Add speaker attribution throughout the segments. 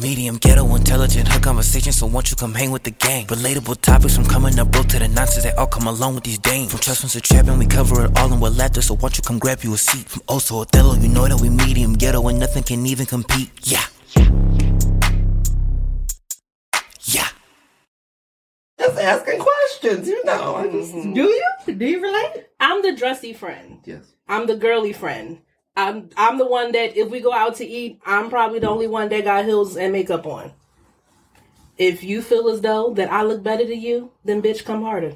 Speaker 1: Medium ghetto intelligent, her conversation, so won't you come hang with the gang? Relatable topics from coming up broke to the nonsense, they all come along with these dames. From trust funds to trapping, we cover it all in with laughter, so won't you come grab you a seat? From Oso Othello, you know that we medium ghetto and nothing can even compete. Yeah. Yeah.
Speaker 2: Just asking questions, you know. I just-
Speaker 3: Do you? Do you relate?
Speaker 4: I'm the dressy friend.
Speaker 2: Yes.
Speaker 4: I'm the girly friend. I'm I'm the one that if we go out to eat, I'm probably the only one that got heels and makeup on. If you feel as though that I look better to you, then bitch, come harder.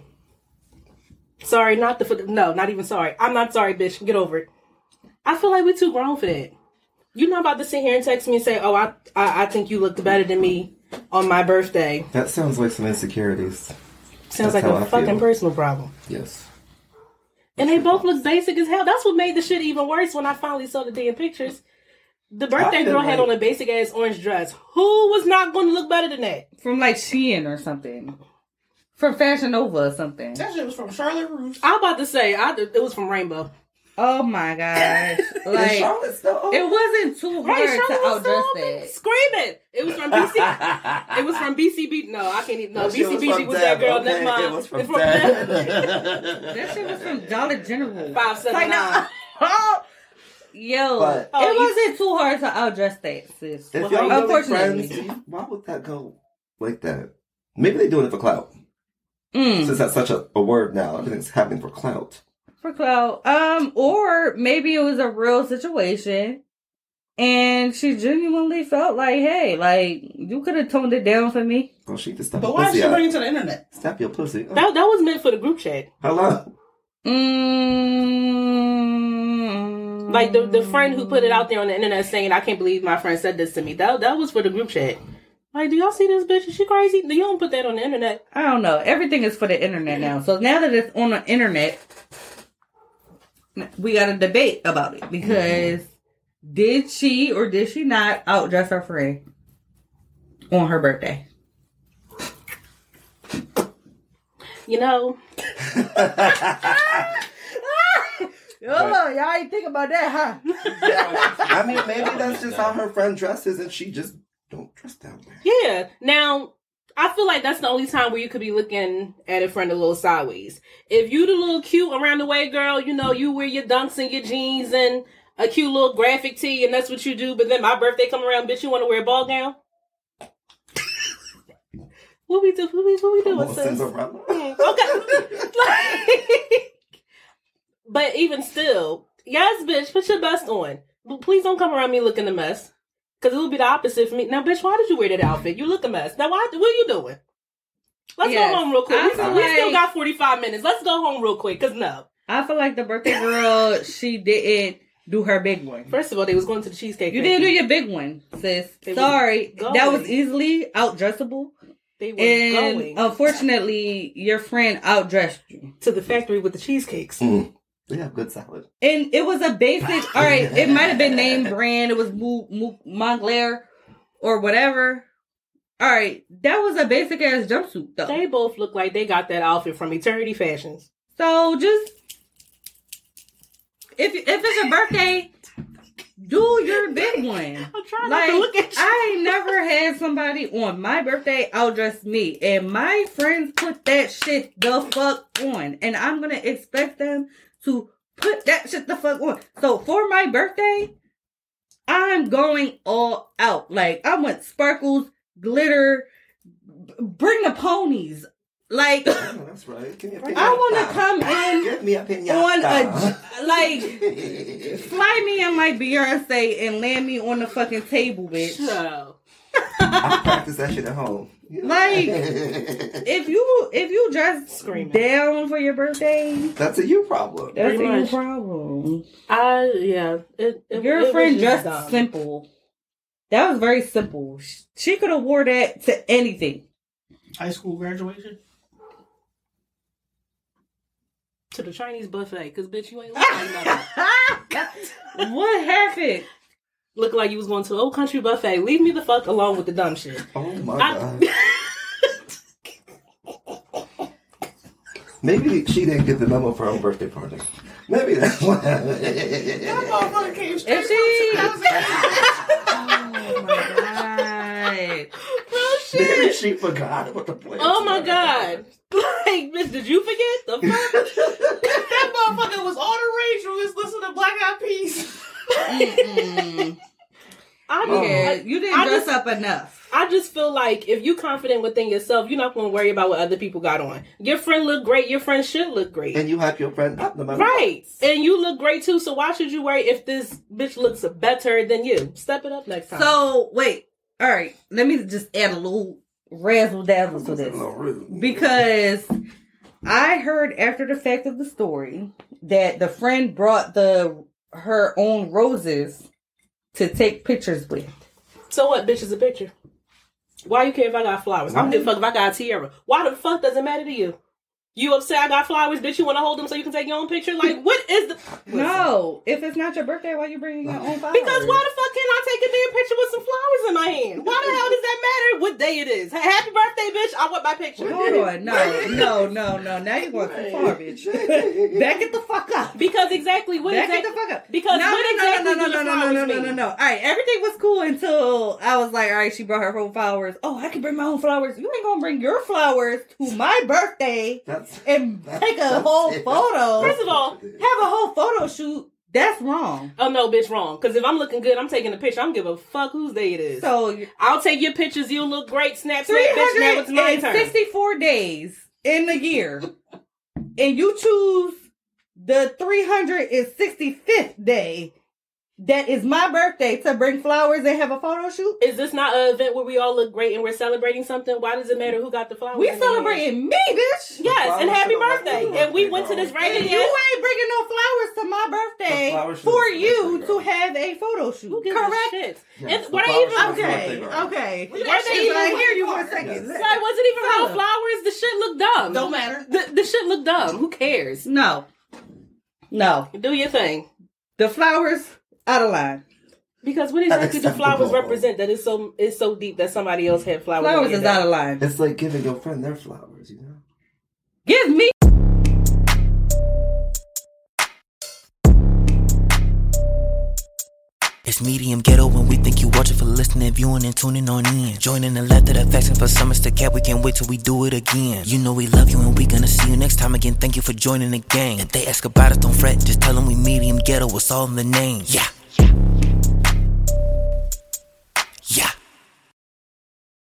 Speaker 4: Sorry, not the foot. No, not even sorry. I'm not sorry, bitch. Get over it. I feel like we're too grown for that. You're not about to sit here and text me and say, "Oh, I I, I think you looked better than me on my birthday."
Speaker 2: That sounds like some insecurities. That's
Speaker 4: Sounds like
Speaker 2: how I
Speaker 4: a fucking
Speaker 2: feel.
Speaker 4: personal problem.
Speaker 2: Yes.
Speaker 4: And they both look basic as hell. That's what made the shit even worse when I finally saw the damn pictures. The birthday
Speaker 2: I feel
Speaker 4: girl had
Speaker 2: like-
Speaker 4: on a basic ass orange dress. Who was not going to look better than that?
Speaker 3: From like Shein or something. From Fashion Nova or something.
Speaker 5: That shit was from Charlotte Rouge.
Speaker 4: I'm about to say, I, it was from Rainbow.
Speaker 3: Oh my gosh.
Speaker 2: Is
Speaker 3: Like
Speaker 2: Charlotte still open?
Speaker 3: it wasn't too hard
Speaker 4: Right,
Speaker 3: to
Speaker 4: Charlotte was
Speaker 3: outdress
Speaker 4: so
Speaker 3: that.
Speaker 4: screaming. It was from BC. it was from BCB. No, I can't even. No,
Speaker 2: That shit was
Speaker 4: BCBG
Speaker 2: from
Speaker 4: was,
Speaker 2: Deb,
Speaker 4: that girl.
Speaker 2: okay?
Speaker 4: That's mine.
Speaker 2: It was from
Speaker 4: It's from
Speaker 2: Deb.
Speaker 4: Deb.
Speaker 3: That shit was from Dollar General.
Speaker 4: Five seven nine.
Speaker 3: Yo,
Speaker 2: But-
Speaker 4: Oh,
Speaker 3: it
Speaker 4: you-
Speaker 3: wasn't too hard to outdress that, sis.
Speaker 2: If
Speaker 4: Well,
Speaker 2: y'all really
Speaker 3: unfortunately.
Speaker 2: friends, why would that go like that? Maybe they're doing it for clout.
Speaker 3: Mm,
Speaker 2: Since that's such a, a word now, everything's happening for clout.
Speaker 3: for clout. Um, or maybe it was a real situation, and she genuinely felt like, "Hey, like you could have toned it down for me."
Speaker 2: Oh, she just stop
Speaker 5: But
Speaker 2: your
Speaker 5: why did
Speaker 2: pussy
Speaker 5: she
Speaker 2: out.
Speaker 5: bring it to the internet?
Speaker 2: Stop your pussy. Oh,
Speaker 4: That, that was meant for the group chat.
Speaker 2: hello.
Speaker 3: Mm,
Speaker 4: Like the, the friend who put it out there on the internet saying, I can't believe my friend said this to me. That, that was for the group chat. Like, do y'all see this bitch? Is she crazy? You don't put that on the internet.
Speaker 3: I don't know. Everything is for the internet now. So now that it's on the internet, we got to debate about it because did she or did she not outdress her friend on her birthday?
Speaker 4: You know,
Speaker 3: Oh, y'all ain't think about that, huh?
Speaker 2: I mean, maybe that's just how her friend dresses, and she just don't dress that way.
Speaker 4: yeah. Now, I feel like that's the only time where you could be looking at a friend a little sideways. If you the little cute around the way girl, you know, you wear your dunks and your jeans and a cute little graphic tee, and that's what you do. But then my birthday come around, bitch, you want to wear a ball gown? what we do? What we, what we doing?
Speaker 2: Almost
Speaker 4: sis?
Speaker 2: Cinderella.
Speaker 4: okay. Like- but even still, yes, bitch, put your best on. But please don't come around me looking a mess. Cause it'll be the opposite for me. Now, bitch, why did you wear that outfit? You look a mess. Now, why? What are you doing? Let's
Speaker 3: Yes.
Speaker 4: go home real quick.
Speaker 3: I
Speaker 4: We, still- we
Speaker 3: feel
Speaker 4: still
Speaker 3: like-
Speaker 4: got forty five minutes. Let's go home real quick. Cause no,
Speaker 3: I feel like the birthday girl, she didn't do her big one.
Speaker 4: first of all, they was going to the cheesecake.
Speaker 3: You
Speaker 4: Factory.
Speaker 3: didn't do your big one, sis.
Speaker 4: They was
Speaker 3: Sorry. That
Speaker 4: going.
Speaker 3: was easily outdressable.
Speaker 4: They were
Speaker 3: And oh.
Speaker 4: going
Speaker 3: unfortunately, your friend outdressed you.
Speaker 4: to the factory with the cheesecakes.
Speaker 2: They have good salad.
Speaker 3: And it was a basic. All right, it might have been name brand. It was Mo- Mo- Montclair or whatever. All right, that was a basic ass jumpsuit though.
Speaker 4: They both look like they got that outfit from Eternity Fashions.
Speaker 3: so just if if it's your birthday, do your big one.
Speaker 4: I'm trying not
Speaker 3: Like
Speaker 4: to look at you.
Speaker 3: I ain't never had somebody on my birthday outdress me, and my friends put that shit the fuck on, and I'm gonna expect them to put that shit the fuck on. So for my birthday, I'm going all out. Like I want sparkles, glitter, b- bring the ponies. Like
Speaker 2: Oh, that's right. Give me a pinata.
Speaker 3: I want to come in
Speaker 2: Give me a pinata.
Speaker 3: on a like.
Speaker 2: a.
Speaker 3: Fly me in like Beyonce and land me on the fucking table, bitch.
Speaker 4: So,
Speaker 2: I practice that shit at home.
Speaker 3: Like- if you if you just
Speaker 4: Screaming.
Speaker 3: down for your birthday,
Speaker 2: that's a you problem.
Speaker 3: that's
Speaker 4: Pretty
Speaker 3: your
Speaker 4: much.
Speaker 3: problem.
Speaker 4: I yeah, it, it, it
Speaker 3: Your
Speaker 4: was
Speaker 3: friend
Speaker 4: just
Speaker 3: dressed
Speaker 4: dumb.
Speaker 3: simple. That was very simple. Sh- She could have wore that to anything.
Speaker 5: High school graduation.
Speaker 4: to the Chinese buffet because bitch, you ain't look like nothing.
Speaker 3: what happened?
Speaker 4: Look like you was going to an old country buffet. Leave me the fuck alone with the dumb shit.
Speaker 2: Oh my
Speaker 4: I-
Speaker 2: god. Maybe she didn't get the memo for her own birthday party. Maybe that's why.
Speaker 3: Oh
Speaker 5: That motherfucker came straight
Speaker 3: If she,
Speaker 5: from Chicago.
Speaker 3: oh my god,
Speaker 4: shit.
Speaker 2: she forgot about the plan.
Speaker 4: Oh my god. Like, bitch, did you forget the fuck?
Speaker 5: That motherfucker was on the rage room. Just listen to Black Eyed Peas.
Speaker 4: I mean,
Speaker 3: Yeah,
Speaker 4: like,
Speaker 3: you didn't
Speaker 4: I
Speaker 3: dress
Speaker 4: just-
Speaker 3: up enough.
Speaker 4: I just feel like if you confident within yourself, you're not going to worry about what other people got on. Your friend look great. Your friend should look great.
Speaker 2: And you hype your friend up no matter
Speaker 4: Right. And you look great too. So why should you worry if this bitch looks better than you? Step it up next time.
Speaker 3: So wait, all right. Let me just add a little razzle dazzle to
Speaker 2: what.
Speaker 3: this.
Speaker 2: Right.
Speaker 3: because I heard after the fact of the story that the friend brought the her own roses to take pictures with.
Speaker 4: So what, bitch, is a picture. Why you care if I got flowers? I don't give a fuck if I got a tiara. Why the fuck does it matter to you? You upset I got flowers, bitch, you want to hold them so you can take your own picture? Like, what is the...
Speaker 3: No, if it's not your birthday, why you bringing your own flowers?
Speaker 4: Because why the fuck can't I take a damn picture with some flowers in my hand? Why the hell does that matter what day it is? Hey, happy birthday, bitch. I want my picture.
Speaker 3: Hold on, no, no, no, no. Now you going too far, bitch. Back it the fuck up.
Speaker 4: Because exactly what
Speaker 3: Back it
Speaker 4: exactly
Speaker 3: the fuck up.
Speaker 4: Because
Speaker 3: no,
Speaker 4: what
Speaker 3: no,
Speaker 4: exactly
Speaker 3: no, no,
Speaker 4: do your
Speaker 3: no, no, no, no,
Speaker 4: flowers
Speaker 3: no, no, no,
Speaker 4: mean?
Speaker 3: no. All right, everything was cool until I was like, all right, she brought her whole flowers. Oh, I can bring my own flowers. You ain't gonna bring your flowers to my birthday
Speaker 2: That's
Speaker 3: and take a whole photo,
Speaker 4: First of all,
Speaker 3: have a whole photo shoot. That's wrong.
Speaker 4: Oh no, bitch, wrong. Because if I'm looking good, I'm taking a picture. I don't give a fuck whose day it is.
Speaker 3: So
Speaker 4: I'll take your pictures. You look great. Snap, snap, bitch. Now it's my turn.
Speaker 3: 364 days in the year, and you choose the 365th day that is my birthday to bring flowers and have a photo shoot.
Speaker 4: Is this not an event where we all look great and we're celebrating something? Why does it matter who got the flowers?
Speaker 3: We
Speaker 4: in their hand?
Speaker 3: celebrating me, bitch.
Speaker 4: Yes, and
Speaker 2: Flowers
Speaker 4: happy
Speaker 2: to the right
Speaker 4: birthday.
Speaker 2: people.
Speaker 4: And we went to this right
Speaker 3: And
Speaker 4: here.
Speaker 3: you ain't bringing no flowers to my
Speaker 2: The
Speaker 3: birthday
Speaker 2: flowers should
Speaker 3: for
Speaker 2: be
Speaker 3: you
Speaker 2: birthday,
Speaker 3: to
Speaker 2: girl.
Speaker 3: have a photo shoot.
Speaker 4: Who gives
Speaker 3: Correct?
Speaker 4: a shit?
Speaker 2: Yes,
Speaker 4: It's-
Speaker 2: the
Speaker 4: what are
Speaker 2: flowers
Speaker 4: even?
Speaker 2: should be
Speaker 3: Okay,
Speaker 2: Birthday, girl.
Speaker 3: okay.
Speaker 5: We
Speaker 3: Yes,
Speaker 5: got
Speaker 3: she-
Speaker 5: shit.
Speaker 3: I hear you for a second.
Speaker 4: So it wasn't even real
Speaker 3: Fella.
Speaker 4: flowers. The shit looked dumb.
Speaker 5: Don't matter.
Speaker 4: The, the shit looked dumb. Who cares?
Speaker 3: No, no.
Speaker 4: Do your thing.
Speaker 3: The flowers out of line.
Speaker 4: Because what exactly do flowers
Speaker 2: Unacceptable.
Speaker 4: represent that is so is so deep that somebody else had flowers?
Speaker 3: Flowers
Speaker 4: in their
Speaker 3: is
Speaker 4: day?
Speaker 3: out of line.
Speaker 2: It's like giving your friend their flowers, you know?
Speaker 3: Give me.
Speaker 1: It's medium ghetto when we think you watching for listening, viewing, and tuning on in. Joining the left of the facts and for some it's the cat. We can't wait till we do it again. You know we love you and we gonna see you next time again. Thank you for joining the gang. If they ask about it, don't fret. Just tell them we medium ghetto. It's all in the name. Yeah.